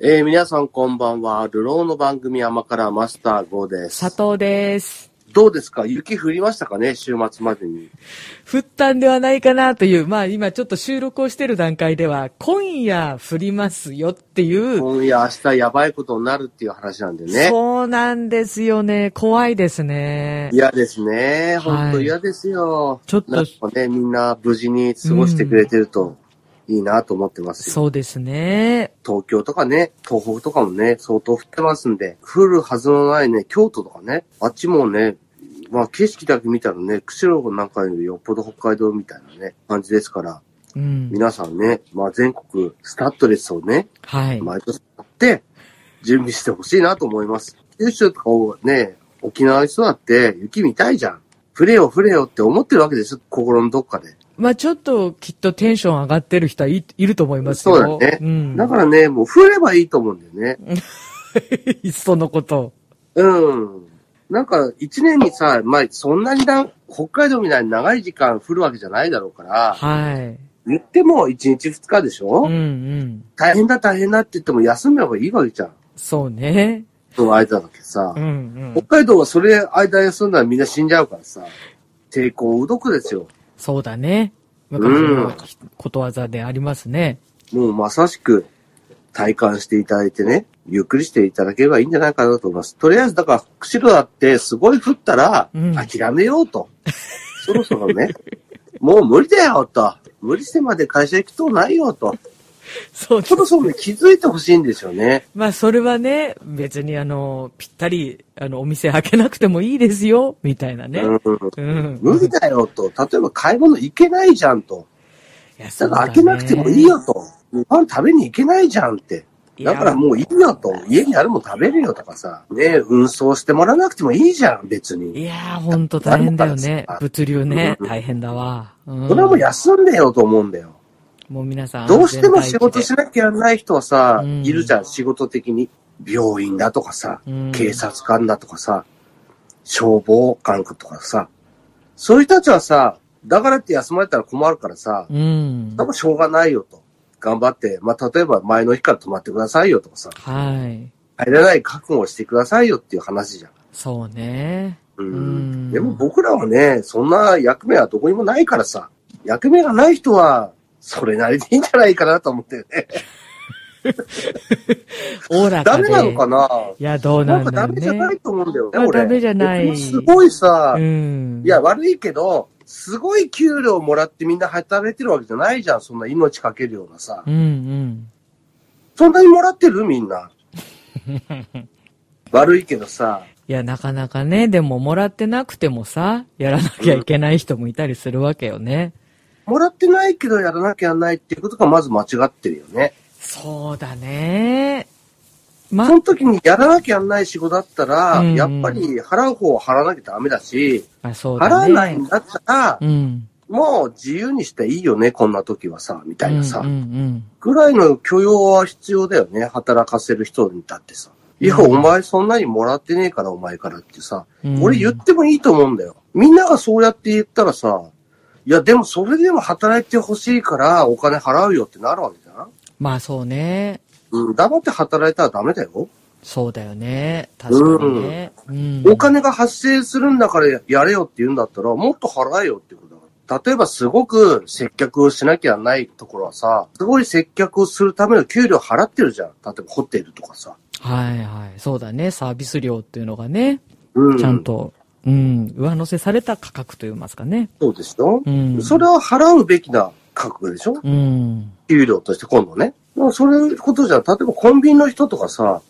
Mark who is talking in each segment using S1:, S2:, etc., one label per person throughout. S1: えー、皆さんこんばんは。流浪の番組甘からマスター5です。
S2: 佐藤です。
S1: どうですか雪降りましたかね週末までに。
S2: 降ったんではないかなという、まあ今ちょっと収録をしてる段階では、今夜降りますよっていう、
S1: 今夜明日やばいことになるっていう話なんでね。
S2: そうなんですよね。怖いですね。
S1: 嫌ですね。本当
S2: はい
S1: 嫌ですよ。
S2: ちょっと
S1: なんかね、みんな無事に過ごしてくれてるといいなと思ってますよ。
S2: そうですね。
S1: 東京とかね、東北とかもね、相当降ってますんで、降るはずのないね、京都とかね、あっちもね、まあ景色だけ見たらね、釧路なんかよりよっぽど北海道みたいなね、感じですから、
S2: うん。
S1: 皆さんね、まあ全国スタッドレスをね、
S2: はい。
S1: 毎年買って、準備してほしいなと思います。九州とかをね、沖縄の人だって雪見たいじゃん。降れよ降れよって思ってるわけですよ、心のどっかで。
S2: まあちょっときっとテンション上がってる人はい、いると思いますよ。
S1: そうだね
S2: ん。
S1: だからね、もう降ればいいと思うんだよね。
S2: いっそのこと。
S1: うん。なんか、一年にさ、まあ、そんなにな、北海道みたいに長い時間降るわけじゃないだろうから、
S2: はい。
S1: 言っても一日二日でしょ、
S2: うんうん。
S1: 大変だ大変だって言っても休めばいいわけじゃん。
S2: そうね。
S1: その間だけさ
S2: う。んう
S1: 北
S2: ん。
S1: 海道はそれ間休んだらみんな死んじゃうからさ。抵抗うどくですよ。
S2: そうだね。なんかそのことわざでありますね。
S1: もうまさしく体感していただいてね、ゆっくりしていただければいいんじゃないかなと思います。とりあえず、だから、釧路だってすごい降ったら
S2: うん、
S1: 諦めようと。そろそろね、もう無理だよと。無理してまで会社行くとないよと。
S2: そう
S1: そろそろね、気づいてほしいんですよね。
S2: まあ、それはね、別にあの、ぴったり、あの、お店開けなくてもいいですよ、みたいなね。
S1: うん
S2: うん。
S1: 無理
S2: い
S1: だよと。例えば買い物行けないじゃんと。
S2: や、そ
S1: だ
S2: うだ
S1: から
S2: ね
S1: 開けなくてもいいよ。と。ご飯食べに行けないじゃんって。だから
S2: う。
S1: もういいよと。家にあるもん食べるよとかさ。ね運送してもらわなくてもいいじゃん、別に。
S2: いやー、ほんと大変だよね
S1: あ。
S2: 物流ね、
S1: うん
S2: 大変だわ。うん
S1: それはもう休んでよと思うんだよ。
S2: もう皆さん。
S1: どうしても仕事しなきゃやらない人はさ、
S2: うん
S1: いるじゃん、仕事的に。病院だとかさ、
S2: うん
S1: 警察官だとかさ、消防官とかさ。そういう人たちはさ、だからって休まれたら困るからさ、
S2: うん
S1: で。もしょうがないよと。頑張って、まあ、例えば前の日から泊まってくださいよとかさ、
S2: はい。
S1: 入れない覚悟をしてくださいよっていう話じゃん。
S2: そうね。
S1: うん
S2: うん
S1: でも僕らはね、そんな役目はどこにもないからさ、役目がない人は、それなりでいいんじゃないかなと思ってね。
S2: おおら
S1: ダ
S2: か
S1: メ
S2: で。
S1: なのかな、
S2: いや、どう
S1: な
S2: なんん
S1: か
S2: だ
S1: ダ
S2: ろう
S1: メじゃない
S2: ね。
S1: と思うんだよね、
S2: あ
S1: 俺。
S2: ダメじゃない
S1: 別にすごいさ、
S2: うん。
S1: いや、、悪いけど、すごい給料もらってみんな働いてるわけじゃないじゃん、そんな命かけるようなさ
S2: う。んうん。
S1: そんなにもらってるみ んな。悪いけどさ、
S2: いや、なかなかね、でももらってなくてもさ、やらなきゃいけない人もいたりするわけよね。
S1: もらってないけどやらなきゃなんないっていうことがまず間違ってるよね。
S2: そうだね。ま
S1: その時にやらなきゃやんない仕事だったら、
S2: うん
S1: やっぱり払う方は払わなきゃダメだし、
S2: あ、そう
S1: 払
S2: だ
S1: わ
S2: ね。
S1: ないんだったら
S2: う、ん。
S1: もう自由にしていいよね、こんな時はさ、みたいなさ
S2: うん、うん
S1: ぐらいの許容は必要だよね、働かせる人にだってさ。いや、
S2: うん
S1: お前そんなにもらってねえから、お前からってさ、
S2: うん、うん
S1: 俺言ってもいいと思うんだよ。みんながそうやって言ったらさ、いや、でもそれでも働いてほしいから、お金払うよってなるわけじゃん
S2: まあそうね。
S1: うん、黙って働いたらダメだよ。
S2: そうだよね。確かにね。うん。
S1: お金が発生するんだからやれよって言うんだったら、もっと払えよってことだから。例えばすごく接客をしなきゃないところはさ、すごい接客をするための給料払ってるじゃん。例えばホテルとかさ。
S2: はいはい。そうだね。サービス料っていうのがね、
S1: う
S2: ちゃん。と、うん、上乗せされた価格といいますかね。
S1: そうでしょ、
S2: うん。
S1: それは払うべきな価格でしょ
S2: うん。
S1: 給料として今度ね。でもそういうことじゃん。例えばコンビニの人とかさ、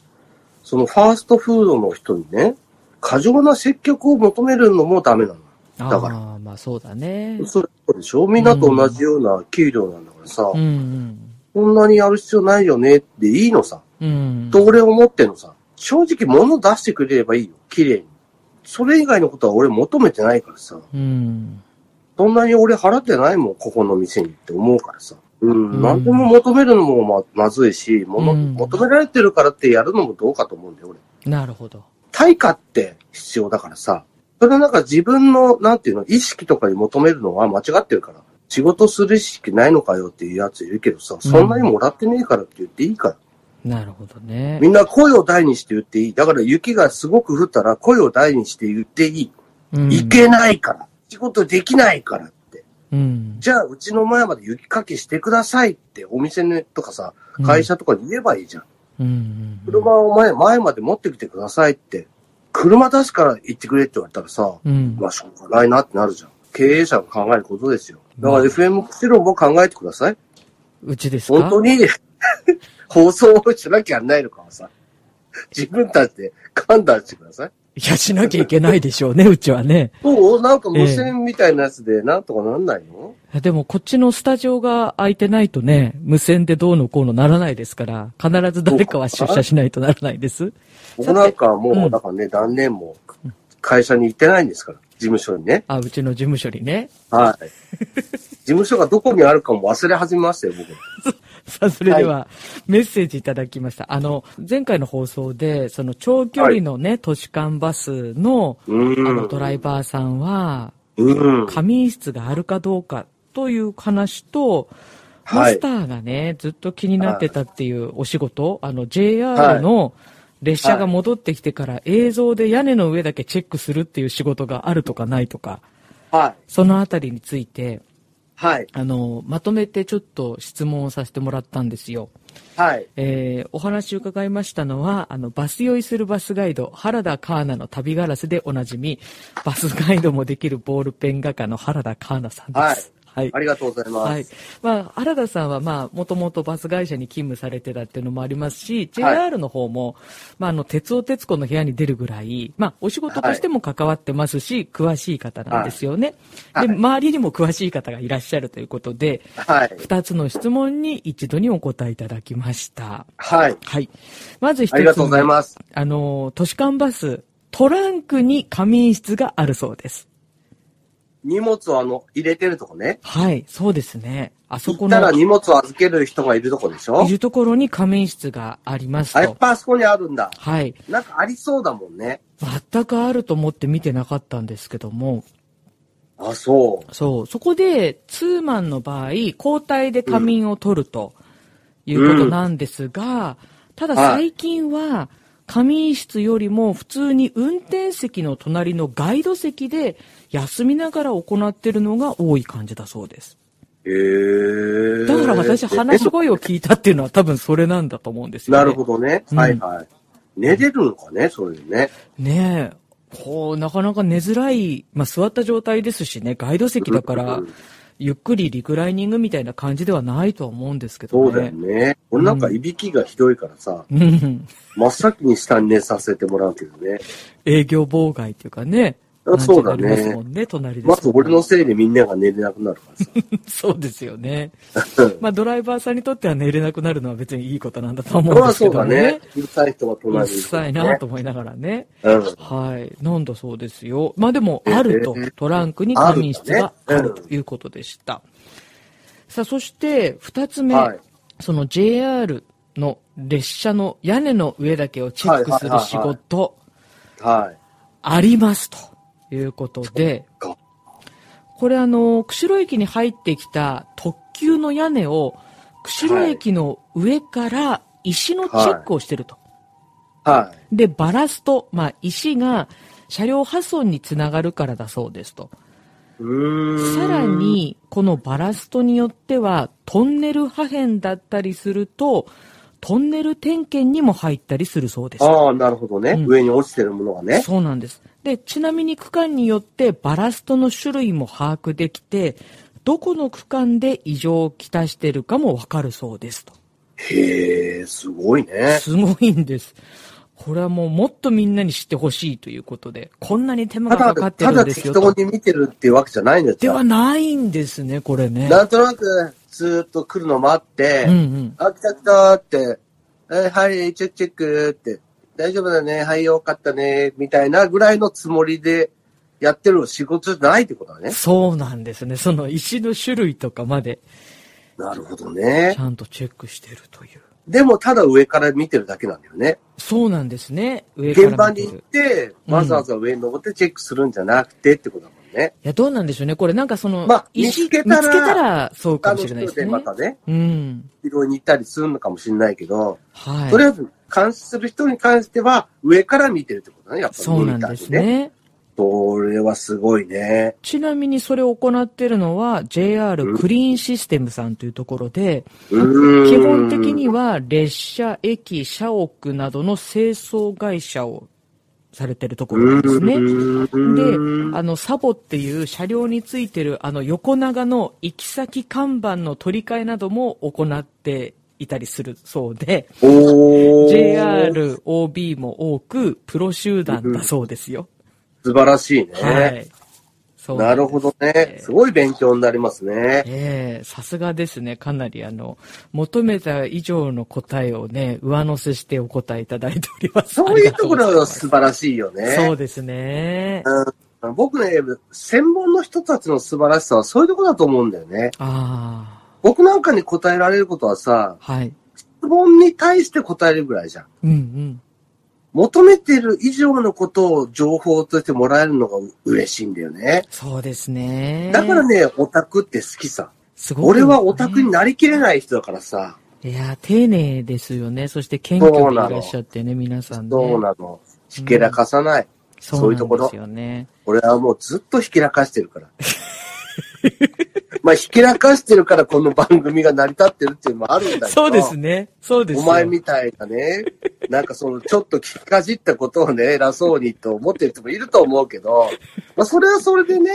S1: そのファーストフードの人にね、過剰な接客を求めるのもダメなの。
S2: あ
S1: だから
S2: あ、まあそうだね。
S1: それそうでしょみんなと同じような給料なんだからさ、
S2: うんうん。
S1: そんなにやる必要ないよねっていいのさ。
S2: うん。
S1: と俺思ってんのさ。正直物出してくれればいいよ。綺麗に。それ以外のことは俺求めてないからさ。
S2: うん。
S1: そんなに俺払ってないもん、ここの店にって思うからさ。うん、
S2: うん
S1: 何でも求めるのもままずいし、物、
S2: うん
S1: 求められてるからってやるのもどうかと思うんだよ、俺。
S2: なるほど。
S1: 対価って必要だからさ。それはなんか自分の、なんていうの、意識とかに求めるのは間違ってるから。仕事する意識ないのかよっていうやついるけどさ、そんなにもらってねえからって言っていいから。
S2: なるほどね。
S1: みんな声を大にして言っていい。だから雪がすごく降ったら声を大にして言っていい。
S2: うん
S1: 行けないから。仕事できないからって。
S2: うん。
S1: じゃあ、うちの前まで雪かきしてくださいって、お店ねとかさ、会社とかに言えばいいじゃん。
S2: うんうん。
S1: 車を前前まで持ってきてくださいって。車出すから行ってくれって言われたらさ、
S2: うん。
S1: まあ、しょうがないなってなるじゃん。経営者が考えることですよ。だから
S2: うん
S1: FM プチロンも考えてください。
S2: うちですか
S1: 本当に 放送をしなきゃなんないのかはさ、自分たちで判断してください。
S2: いや、しなきゃいけないでしょうね、うちはね。
S1: そうなんか無線みたいなやつでなんとかなんないの、
S2: でも、こっちのスタジオが空いてないとね、無線でどうのこうのならないですから、必ず誰かは出社しないとならないです。
S1: 僕なんかはも
S2: うん
S1: う、だからね、断念も会社に行ってないんですから、事務所にね。
S2: あ、うちの事務所にね。
S1: はい。事務所がどこにあるかも忘れ始めましたよ、僕。
S2: さあ、それでは、メッセージいただきました。あの、前回の放送で、その長距離のね、都市間バスの、
S1: う
S2: あ
S1: ん。
S2: の、ドライバーさんは、
S1: うん。
S2: 仮眠室があるかどうかという話と、マ
S1: はい
S2: スターがね、ずっと気になってたっていうお仕事、あの JR の列車が戻ってきてから映像で屋根の上だけチェックするっていう仕事があるとかないとか、
S1: はい。
S2: そのあたりについて、
S1: はい。
S2: あの、まとめてちょっと質問をさせてもらったんですよ。
S1: はい。
S2: えーお話を伺いましたのは、あの、バス酔いするバスガイド、原田カーナの旅ガラスでおなじみ、バスガイドもできるボールペン画家の原田カーナさんです。はい
S1: ありがとうございます。
S2: はい。まあ、原田さんは、まあ、もともとバス会社に勤務されてたっていうのもありますし、
S1: はい
S2: JR の方も、まあ、あの、鉄尾鉄子の部屋に出るぐらい、まあ、お仕事としても関わってますし、詳しい方なんですよね。
S1: はい
S2: で、周りにも詳しい方がいらっしゃるということで、
S1: はい。
S2: 二つの質問に一度にお答えいただきました。
S1: はい。
S2: はい。まず一つ
S1: あ
S2: 目。
S1: りがとうございます。
S2: あの、都市間バス、トランクに仮眠室があるそうです。
S1: 荷物をあの、入れてるとこね。
S2: はい、そうですね。あそ
S1: 行
S2: こ
S1: っ
S2: の。
S1: たら荷物を預ける人がいるとこでしょ
S2: いるところに仮眠室があります
S1: あ、やっ
S2: と。
S1: ぱあそこにあるんだ。
S2: はい。
S1: なんかありそうだもんね。
S2: 全くあると思って見てなかったんですけども、
S1: あ、そ
S2: そう、そこでツーマンの場合、交代で仮眠を取るということなんですが、ただ最近は、仮眠室よりも普通に運転席の隣のガイド席で休みながら行ってるのが多い感じだそうです。
S1: う。へえ。
S2: だから私話し声を聞いたっていうのは多分それなんだと思うんですよね。
S1: なるほどね。
S2: うん
S1: はいはい。寝れるのかね、そういうね。
S2: ねえ。こう、なかなか寝づらい、まあ、座った状態ですしね、ガイド席だから
S1: うん、
S2: ゆっくりリクライニングみたいな感じではないとは思うんですけど
S1: そう
S2: ね。
S1: だよね。俺なんかいびきがひどいからさ、
S2: うん。
S1: 真っ先に下に寝させてもらうけどね。
S2: 営業妨害っていうかね。
S1: あそうだね
S2: なんていうのありますもんね、隣です。
S1: まず俺のせいでみんなが寝れなくなるからさ。
S2: そうですよ ね。
S1: うん
S2: まあ、ドライバーさんにとっては寝れなくなるのは別にいいことなんだと思う
S1: そ
S2: ん
S1: れ
S2: で
S1: は
S2: すけ
S1: そう
S2: ど
S1: だ
S2: ね。
S1: ね。うるさい人は
S2: う
S1: 隣
S2: っ
S1: にいる
S2: さいなと思いながらね。
S1: うん。
S2: はい。なんだそうですよ。まあでも、あると
S1: えー、
S2: トランクに仮眠室があ
S1: あるんだ
S2: る
S1: ねうん
S2: ということでした。さあ、そして、二つ目、
S1: はい
S2: その JR の列車の屋根の上だけをチェックする仕
S1: はいはい
S2: 事、
S1: はい。
S2: ありますということで、
S1: そっか
S2: これあの、釧路駅に入ってきた特急の屋根を、釧路駅の上から石のチェックをしてると。
S1: は
S2: で、バラスト、まあ、石が車両破損につながるからだそうですと。
S1: い。うーん
S2: さら、に、このバラストによっては、トンネル破片だったりすると、トンネル点検にも入ったりするそうです。
S1: ああ、なるほどね、
S2: うん
S1: 上に落ちてるものがね。
S2: そうなんです。で、ちなみに区間によってバラストの種類も把握できて、どこの区間で異常をきたしてるかもわかるそうですと。
S1: へえ、すごいね。
S2: すごいんです。これはもうもっとみんなに知ってほしいということで、こんなに手間
S1: た
S2: がか
S1: だ、
S2: かって
S1: た
S2: るん
S1: だ
S2: です
S1: 適
S2: よ
S1: 当
S2: と。
S1: に見てるっていうわけじゃないんです
S2: では
S1: よ。
S2: ないんですね、これね。
S1: なんとなく、ずーっと来るの待って、
S2: うんうん。
S1: あ、来た来たーって、えーはい、チェックチェックって、大丈夫だね、はい、よかったね、みたいなぐらいのつもりでやってる仕事じゃないってことだね。
S2: そうなんですね。その石の種類とかまで
S1: なるほど
S2: ち
S1: ね。
S2: ゃんとチェックしてるという。
S1: でも、ただ上から見てるだけなんだよね。
S2: そうなんですね。上か
S1: 現場
S2: ら見
S1: に
S2: て
S1: 行っ
S2: る。
S1: て、わざわざ上に登ってチェックするんじゃなくてってことだもんね。ね。
S2: いや、どうなんでしょうね。これなんかその、
S1: まあ
S2: 意識
S1: 見つけたら
S2: 見つけたらそうか
S1: 他
S2: も
S1: の
S2: しれないで
S1: 人
S2: す
S1: で
S2: ね。
S1: またね、
S2: うん。
S1: 拾いに行ったりするのかもしれないけど、
S2: はい。
S1: とりあえず監視する人に関しては、上から見てるってことね、やっぱり。
S2: そうなんです
S1: モニターでね。
S2: ね。
S1: それはすごいね。
S2: ちなみにそれを行っているのは JR クリーンシステムさんというところで、
S1: うーん
S2: 基本的には列車、駅、社屋などの清掃会社をされてるところなんですね。で、あの、サボっていう車両についてる、あの、横長の行き先看板の取り替えなども行っていたりするそうで、
S1: おー
S2: JR、OB も多く、プロ集団だそうですよ。
S1: 素晴らしいね。
S2: はい。そう
S1: なん
S2: で
S1: る
S2: す
S1: ほどね。すごい勉強になりますね。
S2: ええさすがですね。かなりあの、求めた以上の答えをね、上乗せしてお答えいただいております。
S1: そういうところが素
S2: ね。
S1: 晴らしいよね。
S2: そうですね。
S1: うん僕ね、専門の人たちの素晴らしさはそういうところだと思うんだよね。
S2: あ
S1: 僕なんかに答えられることはさ
S2: あ、、はい。
S1: 質問に対して答えるぐらいじゃん。
S2: うんうん。
S1: 求めてる以上のことを情報としてもらえるのが嬉しいんだよね。
S2: そうですね。
S1: だからね、オタクって好きさ。
S2: すごくね
S1: 俺はオタクになりきれない人だからさ。
S2: いやー、丁寧ですよね。そして謙虚でいらっしゃってね、皆さんね。
S1: そうなの。ひけらかさない。
S2: そう
S1: そういうところ
S2: なんですよね。
S1: 俺はもうずっとひけらかしてるから。 まあ、ひけらかしてるからこの番組が成り立ってるっていうのもあるんだけど。
S2: そうですね。そうです
S1: お
S2: よ
S1: 前みたいなね、 なんかその、ちょっと聞きかじったことをね、偉そうにと思ってる人もいると思うけど、まあ、それはそれでね、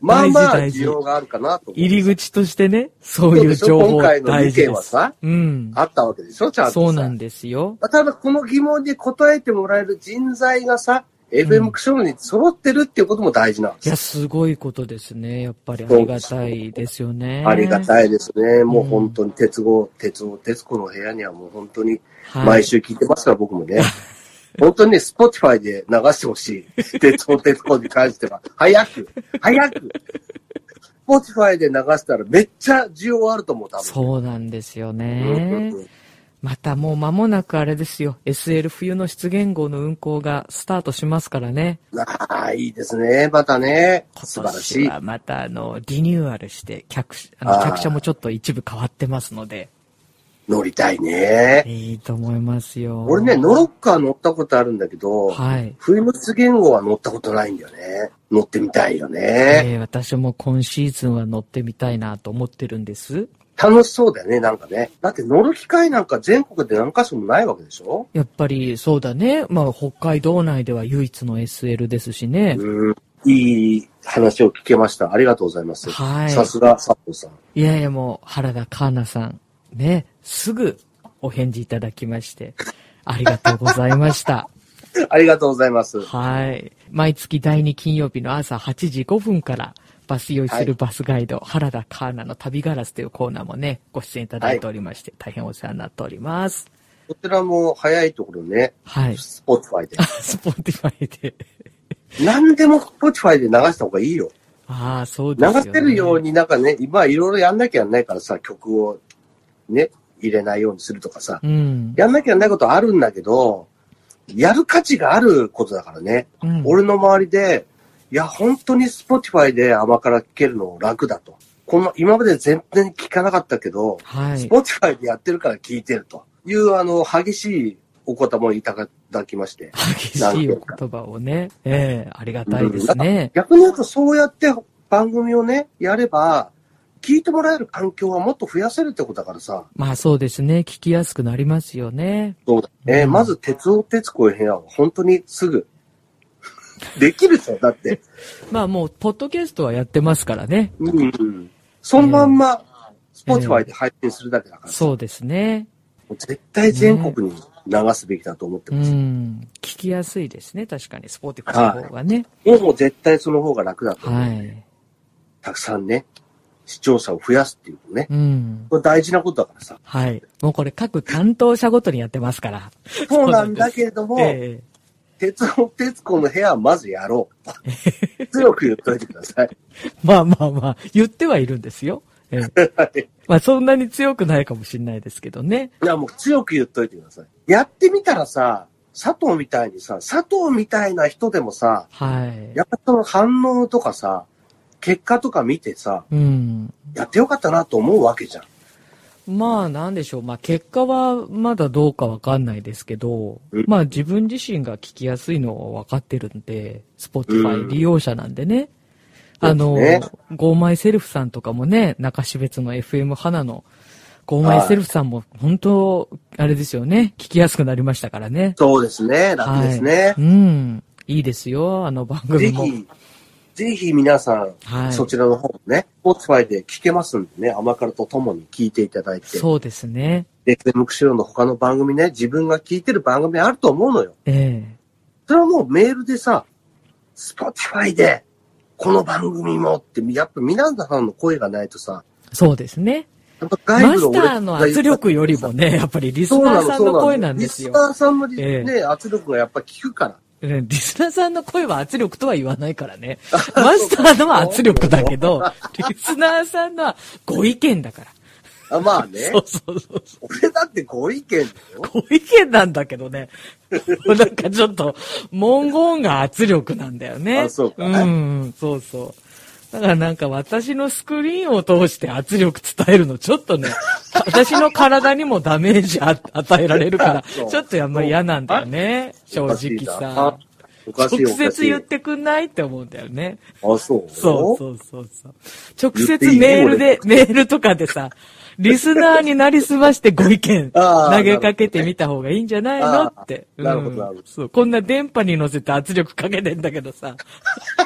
S1: まあまあ、
S2: 大事大事
S1: 需要があるかなと思う。
S2: 入り口としてね、そ
S1: そうう
S2: い
S1: で
S2: う
S1: しょ
S2: 情報
S1: 今回の
S2: 大
S1: 意
S2: 事で
S1: 見は
S2: す。
S1: さ、
S2: うん。
S1: あったわけでしょ、ちゃんとさ。
S2: そうなんですよ。
S1: まあただ、この疑問に答えてもらえる人材がさ、FM クションに揃ってるっていうことも大事なんです
S2: い
S1: よ
S2: や、すごいことですね。やっぱりありがたいですよね。
S1: ありが
S2: い。
S1: たいですね。もう本当に、鉄子、鉄子、鉄子の部屋にはもう本当に、毎。週聞いてますから、僕もね。 本当にね、Spotify で流してほしい。鉄子、鉄子に関しては。早く早く Spotify で流したらめっちゃ需要あると思う、多分。
S2: そうなんですよ
S1: うん
S2: ね
S1: う。ん
S2: またもう間もなくあれですよ。SL 冬の出現号の運行がスタートしますからね。
S1: うん。ああ、いいですね。またね。素晴
S2: 今
S1: らし
S2: 年
S1: い。
S2: はまたあの、リニューアルして、客し、あ
S1: あ
S2: の、
S1: ー
S2: 客車もちょっと一部変わってますので、
S1: 乗りたいね。
S2: いいと思いますよ。
S1: 俺ね、ノロッカー乗ったことあるんだけど、
S2: はい。
S1: 冬の出言語は乗ったことないんだよね。乗ってみたいよね。
S2: えー私も今シーズンは乗ってみたいなと思ってるんです。
S1: 楽しそうだよね、なんかね。だって乗る機会なんか全国で何箇所もないわけでしょ
S2: やっぱりそうだね。まあ北海道内では唯一の SL ですしね。
S1: うんいい話を聞けました。ありがとうございます。
S2: はい
S1: さすが佐藤さん。
S2: いやいやもう原田香奈さん、ね、すぐお返事いただきまして、ありがとうございま した。
S1: ありがとうございます。
S2: はい。毎月第2金曜日の朝8時5分から、バス用意するバスガイド、原田カーナの旅ガラスというコーナーもね、ご出演いただいておりまして、大変お世話になっております。
S1: こちらも早いところね、
S2: はい。
S1: スポ o ティファイ
S2: あスポーティファイで。
S1: で。何でもスポ o ティファイで流した方がいいよ。
S2: ああ、そうで
S1: 流
S2: すよ、ね。
S1: せるようになんかね、今いろいろやんなきゃやんないからさ、曲をね、入れないようにするとかさ。
S2: うん。
S1: やんなきゃやんないことあるんだけど、やる価値があることだからね。
S2: うん、
S1: 俺の周りで、いや、本当に Spotify で甘辛聞けるの楽だと。この、今まで全然聞かなかったけど、
S2: はい。
S1: Spotify でやってるから聞いてるという、あの、激しいお言葉をいただきまして。
S2: 激しいお言葉をね、ええありがたいですね。
S1: 逆に言うと、そうやって番組をね、やれば、聞いてもらえる環境はもっと増やせるってことだからさ。
S2: まあそうですね。聞きやすくなりますよね。
S1: そうだね。
S2: うん
S1: まず、鉄尾鉄子の部屋は本当にすぐ。 できるじゃん、だって。
S2: まあもう、ポッドキャストはやってますからね。
S1: うんうん。そのまんま、Spotify で配信するだけだからさ。
S2: そうですね。
S1: もう絶対全国に流すべきだと思って
S2: う
S1: ます。
S2: ん。聞きやすいですね。確かに、スポーティファイの方がね。
S1: もうもう絶対その方が楽だと思う。
S2: はい。
S1: たくさんね、視聴者を増やすっていうのね。
S2: うん。
S1: これ大事なことだから さ。
S2: はい。もうこれ各担当者ごとにやってますから。
S1: そうなんだけれども、
S2: え
S1: 鉄子、鉄子の部屋はまずやろうと。強く言っといてください。
S2: えまあまあまあ、言ってはいるんですよ。ええ
S1: はい
S2: まあそんなに強くないかもしれないですけどね。
S1: いや、もう強く言っといてください。やってみたらさ、佐藤みたいにさ、佐藤みたいな人でもさ、
S2: はい。
S1: やっぱその反応とかさ、結果とか見てさ、
S2: うん。
S1: やってよかったなと思うわけじゃん。
S2: まあ、なんでしょう。まあ、結果はまだどうかわかんないですけど
S1: うん、
S2: まあ、自分自身が聞きやすいのはわかってるんで、Spotify
S1: うん
S2: 利用者なんでね。
S1: そう
S2: あ
S1: です
S2: の
S1: ね、
S2: ゴーマイセルフさんとかもね、中標別の FM 花のゴーマイセルフさんも、本当、あれですよね。聞きやすくなりましたからね。
S1: そうですね。楽ですね。
S2: うん。いいですよ、あの番組
S1: ぜ
S2: も。
S1: ひ、ぜひ皆さん、
S2: はい。
S1: そちらの方もね、Spotify で聞けますんでね、甘辛とともに聞いていただいて、
S2: そうですね。
S1: FM 釧路の他の番組ね、自分が聞いてる番組あると思うのよ。
S2: え
S1: それはもうメールでさ、Spotify で、この番組もって、やっぱ皆さんの声がないとさ、
S2: えそうですね。
S1: やっぱ
S2: マ
S1: 外部
S2: ス
S1: の
S2: タ
S1: 俺
S2: ーの圧力よりもね、やっぱりリス
S1: そう
S2: ナ
S1: な
S2: ー
S1: の、
S2: さん
S1: そう
S2: の
S1: なの。
S2: 声なんですよ
S1: リス。ナーさんのリ、
S2: ええ
S1: ね、圧力がやっぱ効くから。
S2: うんリスナーさんの声は圧力とは言わないからね。 マスターのは圧力だけど、リスナーさんのはご意見だから。
S1: あまあね
S2: そ。うそうそうそ
S1: 俺だってご意見だよ。
S2: う。ご意見なんだけどね。 なんかちょっと、文言が圧力なんだよね。
S1: あそうか
S2: ん、そうそう。だからなんか私のスクリーンを通して圧力伝えるのちょっとね、 私の体にもダメージあ与えられるから、
S1: そう
S2: ちょっとあんまり嫌なんだよね。正
S1: おかし
S2: 直
S1: いな
S2: さ。。
S1: おかしい
S2: 直
S1: おか
S2: 接
S1: しい。
S2: 言ってくんないって思うんだよね。
S1: あ、そう。
S2: そうそうそうそう。直
S1: 言って
S2: 接
S1: いい
S2: メールで、メールとかで さ、リスナーになりすましてご意見
S1: あー
S2: 投げかけてみた方がいいんじゃないの
S1: なるほどね
S2: って。
S1: あーなるほどなるほど
S2: そう。こんな電波に乗せて圧力かけてんだけどさ。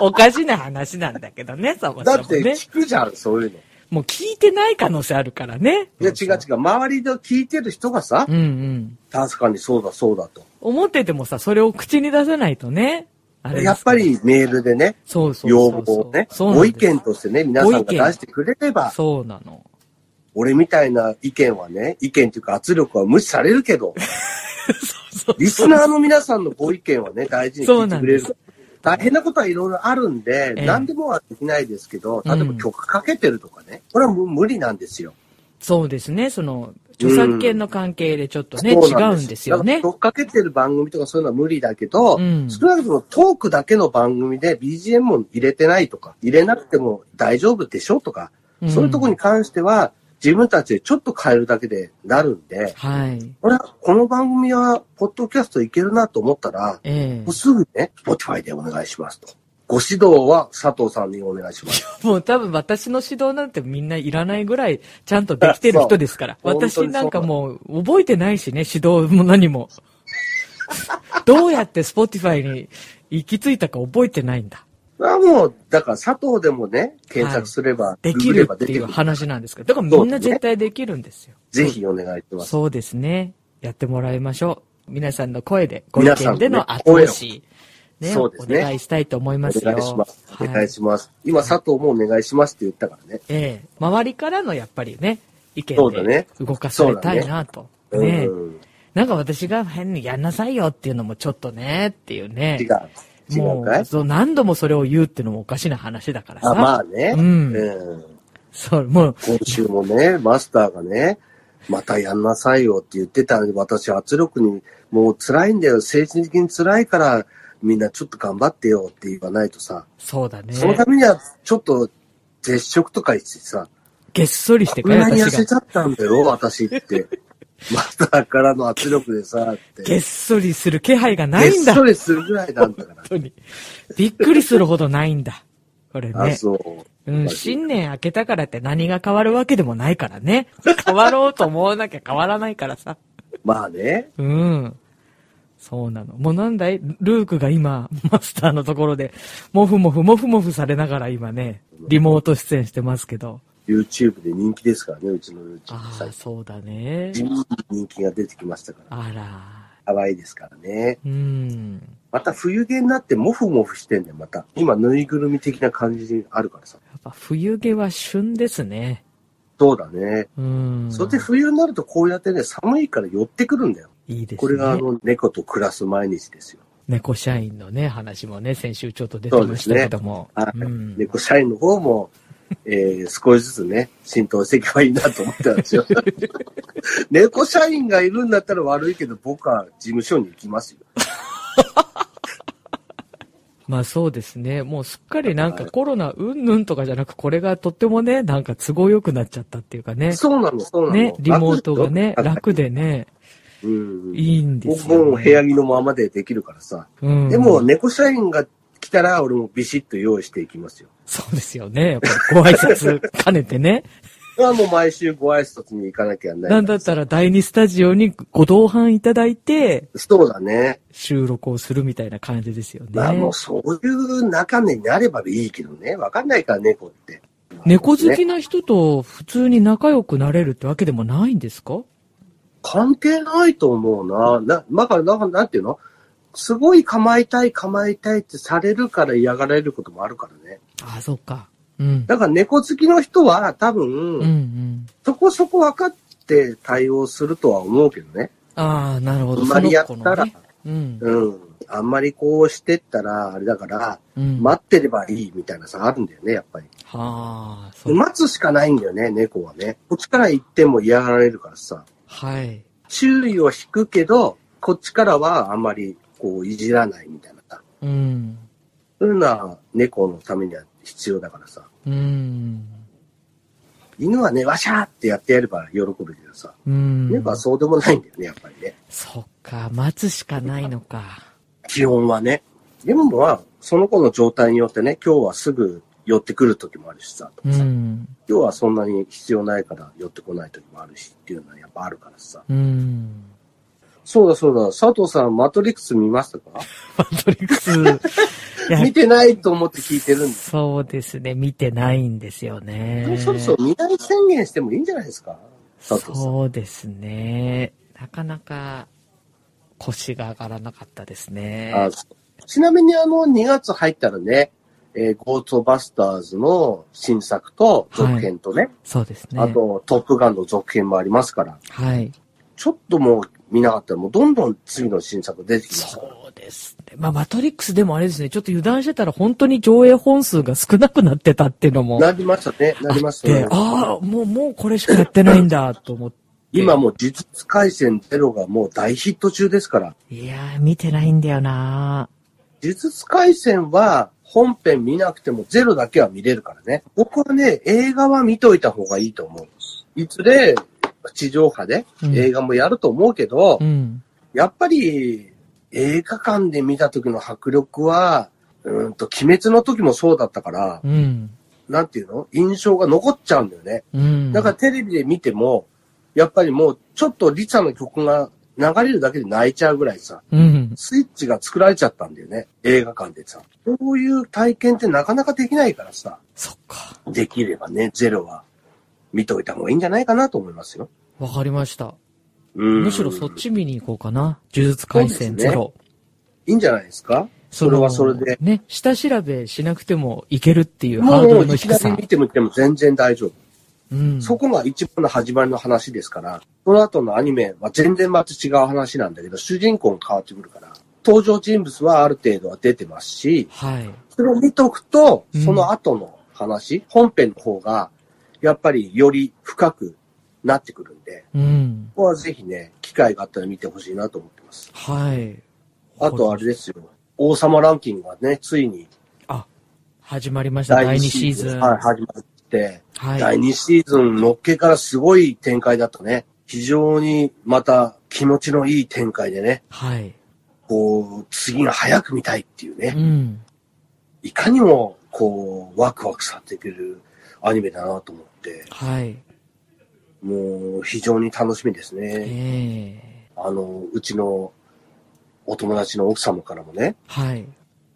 S2: おかしな話なんだけどね、そもそ
S1: だ
S2: も
S1: って
S2: ね。
S1: 聞くじゃん、そういうの。
S2: もう聞いてない可能性あるからね。
S1: いや、違う違う。周りで聞いてる人がさ、
S2: うんうん。
S1: 確かにそうだ、そうだと。
S2: 思っててもさ、それを口に出さないとね。あれですから
S1: やっぱ、りメールでね、
S2: そうそう
S1: 要
S2: そうそう。
S1: 望をね、
S2: そうな
S1: ご
S2: ん
S1: 意
S2: ですよ
S1: 見としてね、皆さん
S2: ご意
S1: が
S2: 見
S1: 出してくれれば、
S2: そうなの。
S1: 俺みたいな意見はね、意見というか圧力は無視されるけど、
S2: そう
S1: リスナーの皆さんのご意見はね、大事に聞いてくれ
S2: そう
S1: る。大変なことはいろいろあるんで、
S2: ええ
S1: 何でもはできないですけど、例え
S2: う
S1: ば
S2: ん
S1: 曲かけてるとかね、これはもう無理なんですよ。
S2: そうですね。その、著作権の関係でちょっとね、
S1: そ
S2: 違
S1: な
S2: うんですよね
S1: だから。曲かけてる番組とかそういうのは無理だけど、
S2: うん
S1: 少なくともトークだけの番組で BGM も入れてないとか、入れなくても大丈夫でしょとか、
S2: ん
S1: そういうところに。関しては自分たちでちょっと変えるだけでなるんで、
S2: はい。
S1: 俺はこの番組はポッドキャストいけるなと思ったら、
S2: ええ
S1: もうすぐね、Spotify でお願いしますと。ご指導は佐藤さんにお願いします。
S2: もう多分私の指導なんてみんないらないぐらいちゃんとできてる人ですから。
S1: そう
S2: 私なんか
S1: 本
S2: もう覚えてないしね、指導も何も。どうやって Spotify に行き着いたか覚えてないんだ。
S1: それはもう、だから佐藤でもね、検索すれば、
S2: でき
S1: ググ
S2: る
S1: れば
S2: って
S1: 出て
S2: いう
S1: くる。
S2: 話なんですけど。だからみんな絶対できるんですよ。
S1: ぜひお願いします。
S2: そうですね。やってもらいましょう。皆さんの声で、ご意
S1: 皆さん
S2: 見
S1: のね
S2: での後押し、
S1: 声
S2: ね
S1: をそうで
S2: お
S1: すね
S2: 願いしたいと思います
S1: お
S2: よ。
S1: 願いします。
S2: は
S1: お
S2: い
S1: 願いします。今、佐藤もお願いしますって言ったからね。
S2: ええ周りからのやっぱりね、意
S1: そう
S2: 見
S1: だ
S2: で
S1: ね
S2: 動かされたいなと。ね
S1: うん。
S2: なんか私が変にやんなさいよっていうのもちょっとね、っていうね。
S1: 違う。違
S2: も
S1: うかい
S2: そう、何度もそれを言うっていうのもおかしな話だからさ。
S1: あ、まあね。
S2: う
S1: うんん。
S2: そう、もう、
S1: 今週もね、マスターがね、またやんなさいよって言ってたのに、私圧力に、もう辛いんだよ。政治的に辛いから、みんなちょっと頑張ってよって言わないとさ、
S2: そうだね。
S1: そのためには、ちょっと、絶食とか言ってさ、
S2: げっそりして
S1: こ
S2: く
S1: ん
S2: れ、
S1: なに痩
S2: 私
S1: せ
S2: が。
S1: ちゃったんだよ、私って。 マスターからの圧力でさ、って。
S2: げっそりする気配がな
S1: げっ
S2: いんだ。
S1: そりするぐらいなんだから
S2: 本。当に。びっくりするほどないんだ。これ
S1: あ、
S2: ね。
S1: そう。
S2: うん、新年明けたからって何が変わるわけでもないからね。変わろうと思わなきゃ変わらないからさ。
S1: まあね。
S2: うん。そうなの。もうなんだいルークが今、マスターのところで、もふもふもふもふされながら今ね、リモート出演してますけど。
S1: YouTube で人気ですからね、うちの YouTube
S2: あ
S1: 最
S2: あ、
S1: 近。
S2: そうだね。
S1: 地味に人気が出てきましたから。
S2: あら。
S1: 可愛いですからね。
S2: うん。
S1: また冬毛になってモフモフしてんだよ、また。今、ぬいぐるみ的な感じにあるからさ。
S2: やっぱ冬毛は旬ですね。
S1: そうだね。
S2: うん。
S1: それで冬になるとこうやってね、寒いから寄ってくるんだよ。
S2: いいですね。
S1: これがあの、猫と暮らす毎日ですよ。
S2: 猫社員のね、話もね、先週ちょっと出てましたけども。
S1: はい
S2: うん
S1: 猫社員の方も、えー、少しずつね、浸透していけばいいなと思ってた んですよ。猫社員がいるんだったら悪いけど、僕は事務所に行きますよ。
S2: まあそうですね。もうすっかりなんかコロナうんぬんとかじゃなく、これがとってもね、なんか都合良くなっちゃったっていうかね。
S1: そうなの、そうなの。
S2: ね、リモートがね、楽でね、
S1: うん。
S2: いいんです
S1: 僕
S2: よ、ね。
S1: も部屋着のままでできるからさ。
S2: うん、
S1: でも、、猫社員が来たら、俺もビシッと用意していきますよ。
S2: そうですよね。やっぱりご挨拶兼ねてね。
S1: それ はもう毎週ご挨拶に行かなきゃいけない。
S2: なんだったら第二スタジオにご同伴いただいて、
S1: そうだね。
S2: 収録をするみたいな感じですよね。
S1: まあもうそういう仲間になればいいけどね。わかんないから、猫って。
S2: 猫好
S1: ね
S2: きな人と普通に仲良くなれるってわけでもないんですか
S1: 関係ないと思うな。な、まあ、なんなんていうのすごい構いたい構いたいってされるから嫌がられることもあるからね。
S2: ああ、そうか。うん。
S1: だから猫好きの人は多
S2: うんう
S1: 分、
S2: ん。
S1: そこそこ分かって対応するとは思うけどね。
S2: ああ、なるほ
S1: あ
S2: ど。
S1: んまりやっ
S2: そ
S1: た
S2: の子の
S1: ら
S2: ね、うん。
S1: うん。あんまりこうしてったら、あれだから、
S2: うん。は
S1: 待ってればいいみたいなさ、あるんだよね、やっぱり。
S2: あ、そう。
S1: 待つしかないんだよね、猫はね。こっちから行っても嫌がられるからさ。
S2: はい。
S1: 注意を引くけど、こっちからはあんまりこういじらないみたいなさ。
S2: うん。
S1: そういうのは猫のためには必要だからさ。
S2: うん。
S1: 犬はね、わしゃーってやってやれば喜ぶけどさ。
S2: うん。
S1: 猫はそうでもないんだよね、やっぱりね。
S2: そっか、待つしかないのか。
S1: 基本はね。でもまあ、その子の状態によってね、今日はすぐ寄ってくる時もあるしさ、と
S2: う
S1: かさ
S2: ん。
S1: 今日はそんなに必要ないから寄ってこない時もあるしっていうのはやっぱあるからさ。
S2: うん。
S1: そうだそうだ、佐藤さん、マトリックス見ましたか
S2: マトリックス。 いや
S1: 見てないと思って聞いてるんです。
S2: そうですね。見てないんですよね。
S1: もうそろそろ見ない宣言してもいいんじゃないですか佐藤さん。
S2: そうですね。なかなか腰が上がらなかったですね。
S1: あそうちなみにあの、2月入ったらね、えー、ゴーストバスターズの新作と続編とね、
S2: そうですね。
S1: あと、トップガンの続編もありますから、
S2: はい。
S1: ちょっともう見なかったら、もうどんどん次の新作出てきますから。
S2: そうですね。まあ、マトリックスでもあれですね。ちょっと油断してたら本当に上映本数が少なくなってたっていうのも。
S1: なりましたね、なりました
S2: で
S1: ね、。
S2: ああ、もう、もうこれしかやってないんだ、と思って。
S1: 今もう、呪術回戦ゼロがもう大ヒット中ですから、
S2: いやー、見てないんだよな
S1: 呪術回戦は本編見なくてもゼロだけは見れるからね。僕はね、映画は見といた方がいいと思う。いずれ、地上波で
S2: うん
S1: 映画もやると思うけど、
S2: うん。
S1: やっぱり映画館で見た時の迫力は、うーんと、鬼滅の時もそうだったから、
S2: うん。
S1: なんていうの印象が残っちゃうんだよね。
S2: うん。
S1: だからテレビで見ても、やっぱりもうちょっとリサの曲が流れるだけで泣いちゃうぐらいさ、
S2: うん。
S1: スイッチが作られちゃったんだよね。映画館でさ。そういう体験ってなかなかできないからさ。
S2: そっか。
S1: できればね、ゼロは見といた方がいいんじゃないかなと思いますよ。
S2: わかりました。
S1: うん
S2: むしろそっ。ち見に行こうかな。呪術廻戦ゼロ。
S1: いいんじゃないですか
S2: その
S1: それはそれで
S2: ね、下調べしなくてもいけるっていうハー
S1: も
S2: ドル
S1: う
S2: の
S1: いき
S2: 低
S1: な
S2: さ
S1: り。見てもても全然大丈夫。
S2: うん。
S1: そこが一番の始まりの話ですから、その後のアニメは全然また違う話なんだけど、主人公が変わってくるから、登場人物はある程度は出てますし、
S2: はい。
S1: それを見とくと
S2: うん、
S1: その後の話、本編の方が、やっぱりより深くなってくるんで、
S2: うん。
S1: ここはぜひね、機会があったら見てほしいなと思ってます。
S2: はい。
S1: あとあれですよ、王様ランキングがね、ついに
S2: あ、始まりました。
S1: 第
S2: 第
S1: 2
S2: 2
S1: シ
S2: シー
S1: ーズ
S2: ズ
S1: ン、
S2: ン。
S1: はい、始まって、
S2: は
S1: 第
S2: い。
S1: 2シーズンのっけからすごい展開だったね。非常にまた気持ちのいい展開でね、
S2: はい。
S1: こう、次が早く見たいっていうね
S2: う、ん。
S1: いかにもこう、ワクワクさせてくれるアニメだなと思って、
S2: はい。
S1: もう非常に楽しみですね。
S2: ええ
S1: あの、うちのお友達の奥様からもね、
S2: はい。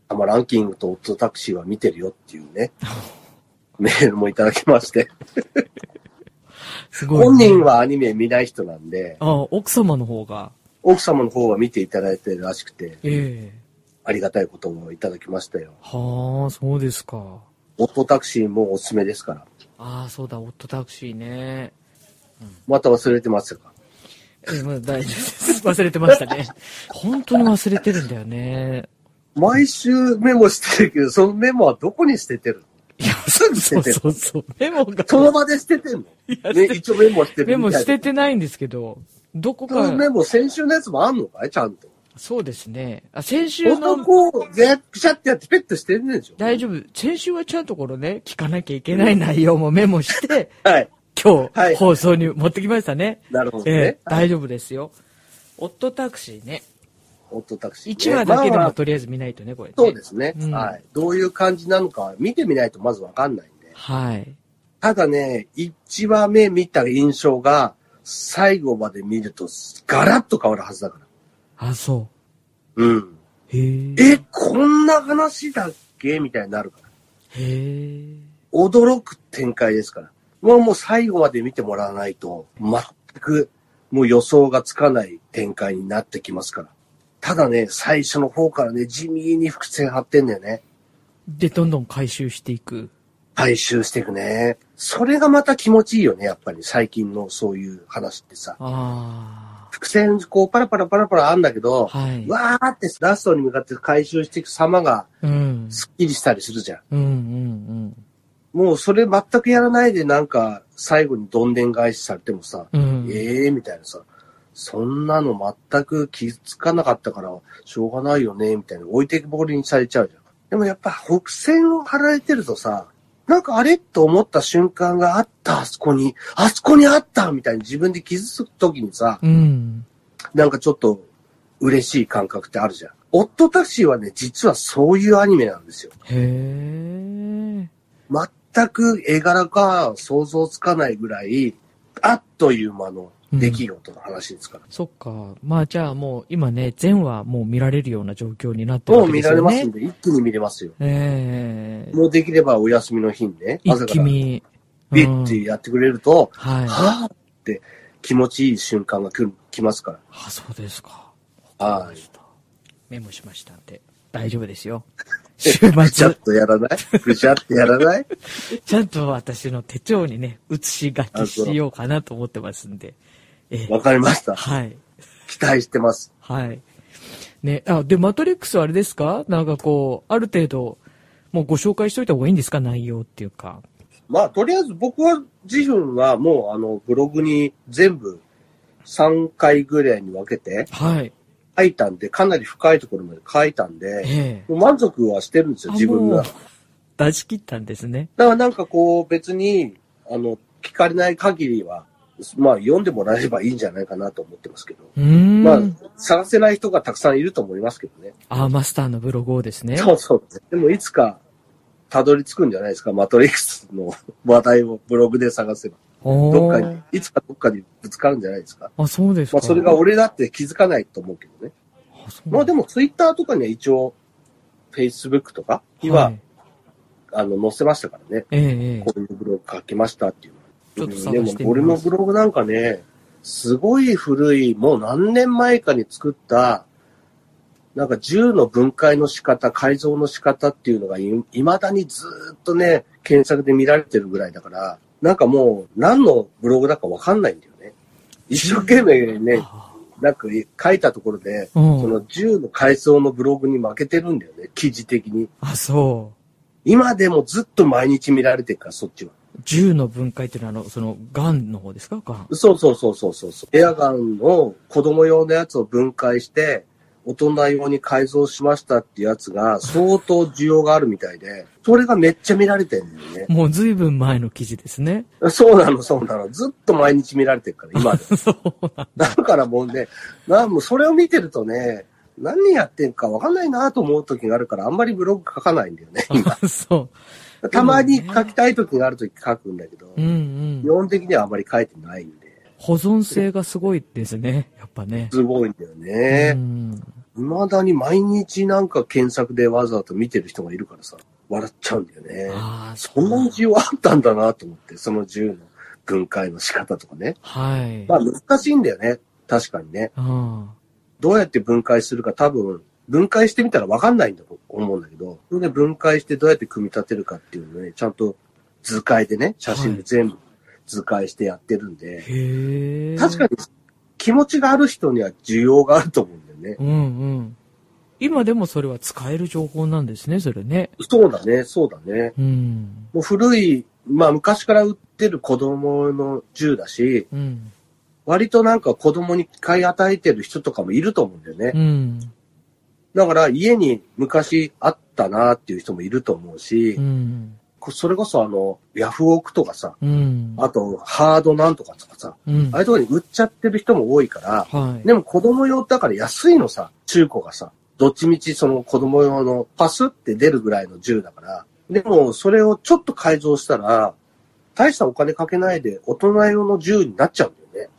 S1: あまランキングとオットタクシーは見てるよっていう ね、メールもいただきまして、
S2: すごい、
S1: 本人。はアニメ見ない人なんで、
S2: あ、奥様の方が。
S1: 奥様の方は見ていただいてるらしくて、
S2: ええ
S1: ありがたいことをいただきましたよ。
S2: はあ、そうですか。
S1: オットタクシーもおすすめですから。
S2: ああ、そうだ、オットタクシーね。
S1: また忘れてますか
S2: え、まあ、大丈夫です。 忘れてましたね。本当に忘れてるんだよね。
S1: 毎週メモしてるけど、そのメモはどこに捨ててるの
S2: いや、
S1: すぐ捨
S2: そう
S1: ててる
S2: そうそう。メモが、
S1: その場で捨ててんの、ね、一応メモしてるみた
S2: メ
S1: い
S2: モ捨て
S1: て
S2: てないんですけど、どこ
S1: そ
S2: か
S1: の、メモ先週のやつもあんのかいちゃんと。
S2: そうですね。あ、先週の、
S1: 男をぜくしゃってやってペットしてんねんでしょ
S2: 大丈夫。先週はちゃんところね、聞かなきゃいけない内容もメモ して、
S1: はい。
S2: 今日、
S1: はい
S2: 放送に持ってきましたね。
S1: なるほど
S2: え
S1: ね
S2: え。大丈夫ですよ。オットタクシーね。
S1: オットタクシー、ね。
S2: 1話だけで
S1: まあま
S2: も
S1: あ
S2: とりあえず見ないとね、これ、ね。
S1: そうですね、
S2: うん
S1: はい。どういう感じなのか見てみないとまずわかんないんで。
S2: はい。
S1: ただね、1話目見た印象が、最後まで見るとガラッと変わるはずだから。
S2: あ、そ
S1: うん。
S2: う。へえ。
S1: え、こんな話だっけみたいになるから。
S2: へえ。
S1: 驚く展開ですから。もうもう最後まで見てもらわないと、全くもう予想がつかない展開になってきますから。ただね、最初の方からね、地味に伏線張ってんだよね。
S2: で、どんどん回収していく。
S1: 回収していくね。それがまた気持ちいいよね、やっぱり最近のそういう話ってさ。
S2: あ
S1: 伏線、こう、パラパラパラパラあんだけど
S2: あ。、はい。
S1: わーってラストに向かって回収していく様が
S2: うん。
S1: スッキリしたりするじゃん。
S2: うんうんうん。
S1: もうそれ全くやらないでなんか最後にどんでん返しされてもさ、
S2: うん、
S1: ええみたいなさ、そんなの全く気づかなかったからしょうがないよね、みたいな置いてきぼりにされちゃうじゃん。でもやっぱ北線を張られてるとさ、なんかあれと思った瞬間があった、あそこに、あそこにあったみたいに自分で気づくときにさ、
S2: うん。
S1: なんかちょっと嬉しい感覚ってあるじゃん。オットタクシーはね、実はそういうアニメなんですよ。
S2: へえ。
S1: 全く絵柄が想像つかないぐらい、あっという間の出来事の話ですから。
S2: そっか。まあじゃあもう今ね、全話もう見られるような状況になってる
S1: も
S2: わ
S1: う
S2: け
S1: 見
S2: です
S1: られ
S2: よ
S1: ま
S2: ね。
S1: すんで、一気に見れますよ。
S2: ええ
S1: もうできればお休みの日にね、
S2: 一気に。
S1: ビ
S2: うん
S1: ッてやってくれると、
S2: はい。あ、
S1: はぁって気持ちいい瞬間が来る来ますか
S2: そうですか。
S1: ら。
S2: わかりま
S1: はい。
S2: したメモしましたんで。大丈夫ですよ。週末、
S1: ぐち
S2: ち
S1: ゃっとやらないぐちゃっとやらない
S2: ゃんと私の手帳にね、写し書きしようかなと思ってますんで。ええ
S1: わかりました。
S2: はい。
S1: 期待してます。
S2: はい。ね、あ、で、マトリックスはあれですかなんかこう、ある程度、もうご紹介しといた方がいいんですか内容っていうか。
S1: まあ、とりあえず僕は、自分はもうあの、ブログに全部3回ぐらいに分けて
S2: はい。
S1: 書いたんで、かなり深いところまで書いたんで、
S2: ええ。
S1: もう満足はしてるんですよ、自分
S2: あも
S1: が
S2: う。出し切ったんですね。
S1: だからなんかこう別に、あの、聞かれない限りは、まあ読んでもらえればいいんじゃないかなと思ってますけど。
S2: うーん。
S1: まあ、探せない人がたくさんいると思いますけどね。
S2: あ、マスターのブログをですね。
S1: そうそう。でもいつか、たどり着くんじゃないですか。マトリックスの話題をブログで探せば。
S2: お
S1: どっか
S2: ー
S1: に、いつかどっかにぶつかるんじゃないですか。
S2: あ、そうですか。
S1: まあそれが俺だって気づかないと思うけどね。
S2: あ、そう
S1: まあでもツイッターとかには一応、Facebook とかには、
S2: い
S1: あの、載せましたからね。
S2: ええええ
S1: こういうブログ書きましたっていう。
S2: ちょっと
S1: で
S2: 探
S1: も
S2: してみます。
S1: 俺のブログなんかね、すごい古い、もう何年前かに作った、なんか銃の分解の仕方、改造の仕方っていうのがい未だにずーっとね、検索で見られてるぐらいだから、なんかもう何のブログだかわかんないんだよね。一生懸命ね、
S2: あ
S1: なんか書いたところで、
S2: ーうん
S1: その銃の改造のブログに負けてるんだよね、記事的に。
S2: あ、そう。
S1: 今でもずっと毎日見られてるから、そっちは。
S2: 銃の分解っていうのは、あの、その、ガンの方ですかガン。
S1: そうそうそうそうそうそう。エアガンの子供用のやつを分解して、大人用に改造しましたってやつが相当需要があるみたいで、それがめっちゃ見られてんだよ
S2: もう随分前の記事ですね。
S1: ね。そうなの、そうなの。ずっと毎日見られてるから、今でも。
S2: そうなん
S1: だからもうね、なんもうそれを見てるとね、何やってんかわかんないなと思う時があるから、あんまりブログ書かないんだよ ね。
S2: だ。そ
S1: たまに書きたい時がある時書くんだけど
S2: う。う、ん
S1: 基
S2: うん。
S1: 本的にはあんまり書いてないんで、
S2: 保存性がすごいですね。やっぱね。
S1: すごいんだよね。
S2: うん。
S1: 未だに毎日なんか検索でわざと見てる人がいるからさ、笑っちゃうんだよね。
S2: ああ、
S1: そんな需要あったんだなと思って、その銃の分解の仕方とかね。
S2: はい。
S1: まあ難しいんだよね。確かにね。
S2: うん。
S1: どうやって分解するか多分、分解してみたらわかんないんだと思うんだけど、それで分解してどうやって組み立てるかっていうのをね、ちゃんと図解でね、写真で全部図解してやってるん
S2: へ
S1: で、
S2: え。
S1: 確かに気持ちがある人には需要があると思うんだよね。
S2: うんうん。今でもそれは使える情報なんですね、それね。
S1: そうだね、そうだね。
S2: うん。
S1: もう古い、まあ昔から売ってる子供の銃だし、
S2: うん。
S1: 割となんか子供に買い与えてる人とかもいると思うんだよね。
S2: うん。
S1: だから家に昔あったなっていう人もいると思うし
S2: う、ん。
S1: こそれこそあの、ヤフオクとかさ、
S2: うん。
S1: あとハードなんとかとかさ、
S2: うん。
S1: ああいうとこに売っちゃってる人も多いから、
S2: はい。
S1: でも子供用だから安いのさ、中古がさ、どっちみちその子供用のパスって出るぐらいの銃だから、でもそれをちょっと改造したら、大したお金かけないで大人用の銃になっちゃうんだよね。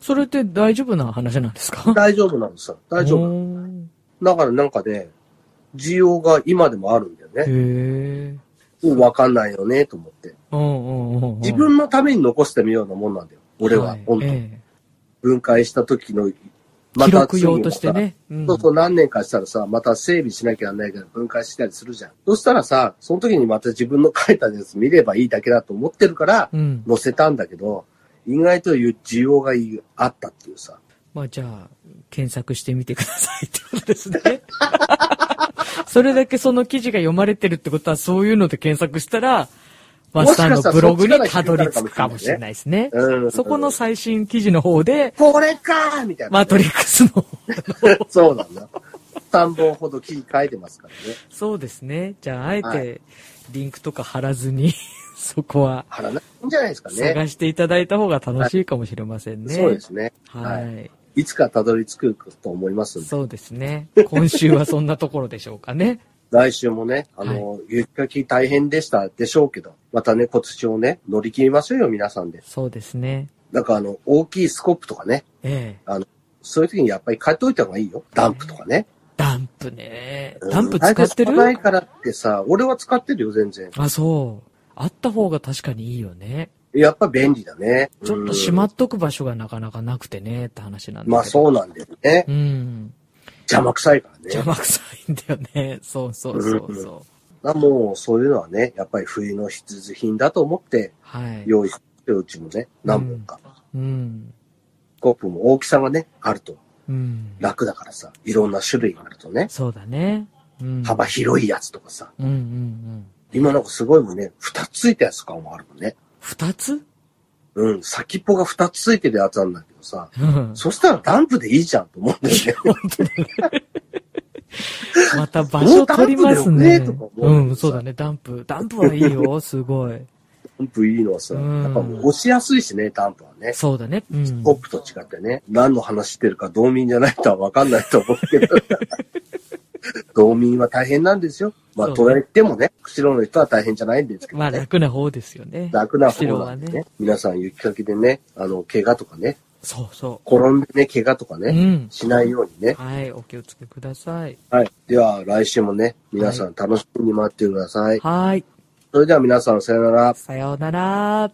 S2: それって大丈夫な話なんですか
S1: 大丈夫なのさ、大丈夫。
S2: 夫。
S1: だからなんかね、需要が今でもあるんだよ
S2: へ
S1: ね。
S2: え。
S1: わかんないよね、と思って。
S2: うんうんうんうん。
S1: 自分のために残してみようなもんなんだよ。俺は、
S2: い
S1: 本当、
S2: え
S1: 分解した時の、
S2: え記録
S1: 次に
S2: 用としてね。うん
S1: そうそう、何年かしたらさ、また整備しなきゃなんないから分解したりするじゃん。そしたらさ、その時にまた自分の書いたやつ見ればいいだけだと思ってるから、
S2: うん。
S1: 載せたんだけど、意外という需要があったっていうさ。
S2: まあじゃあ、検索してみてくださいってことですね。 それだけその記事が読まれてるってことは、そういうので検索したら、ワッサンのブログにたどり着くかもしれないですね。
S1: うん。
S2: そこの最新記事の方で、
S1: これかーみたいな。
S2: マトリックスの、
S1: そうなんだ。3本ほど記事書いてますからね。
S2: そうですね。じゃあ、あえ
S1: は
S2: て、リンクとか貼らずに、 そこは
S1: 貼らないんじゃないですかね。
S2: 探していただいた方が楽しいかもしれませんね。
S1: そうで。すね。
S2: は。
S1: はいいつかたどり着くと思いますんで。
S2: そうですね。今週はそんなところでしょうかね。
S1: 来週もね、あの、雪かき大変でしたでしょうけど、またね、今年をね、乗り切りましょうよ、皆さんで。
S2: そうですね。
S1: なんかあの、大きいスコップとかね、
S2: ええ。
S1: そういう時にやっぱり買っといた方がいいよ。ダンプとかね。
S2: ダンプね。
S1: うん
S2: ダンプ使って
S1: 大体使わない
S2: る
S1: からってさ、俺は使ってるよ、全然。
S2: あ、そう。あった方が確かにいいよね。
S1: やっぱ便利だね。
S2: ちょっとし
S1: し
S2: ま
S1: ま
S2: っとく場所がなかなかなくてね、って話なんだけど。
S1: まあそうなんだよね。
S2: う。うん。
S1: 邪魔くさいからね
S2: 邪。魔くさいんだよね。 そうそうそうそう。
S1: まあもうそういうのはね、やっぱり冬の必需品だと思って
S2: はい。
S1: 用意してるうちもね、何本か。
S2: うん。
S1: スコップも大きさがね、あると
S2: うん。
S1: 楽だからさ、いろんな種類があるとね、
S2: そうだね。うん。
S1: 幅。広いやつとかさ、
S2: うんうんうん。
S1: 今なんかすごいもんね、二つついたやつとかもあるもんね。
S2: 二つ
S1: うん、先っぽが二つついてるやつなんだけどさ、
S2: うん。
S1: そしたらダンプでいいじゃんと思うんだよ ね。
S2: また場所取りますね。
S1: もうダンプだよねとか思う
S2: うん、そうだね。ダンプ。ダンプはいいよ。す ごい。
S1: ダンプいいのはさ、
S2: うん
S1: やっぱもう押しやすいしね、ダンプはね。
S2: そうだね。う
S1: ス
S2: ん。
S1: コップと違ってね、何の話してるか道民じゃないとは分かんないと思うけ ど。道民は大変なんですよ。まあ、
S2: そうね
S1: とはいってもね、釧路の人は大変じゃないんですけ
S2: まあ
S1: どね。
S2: 楽な方ですよね。
S1: 楽な方なんで
S2: 釧路は
S1: ね。皆さん雪かきでね、あの、怪我とかね、
S2: そうそ
S1: 転んでね、怪我とか
S2: う。う
S1: ね、
S2: ん。
S1: しないようにね。
S2: はい、お気をつけください。
S1: はい。では、来週もね、皆さん楽しみに待ってください。
S2: はい、
S1: それでは皆さん、さよなら。
S2: さようなら。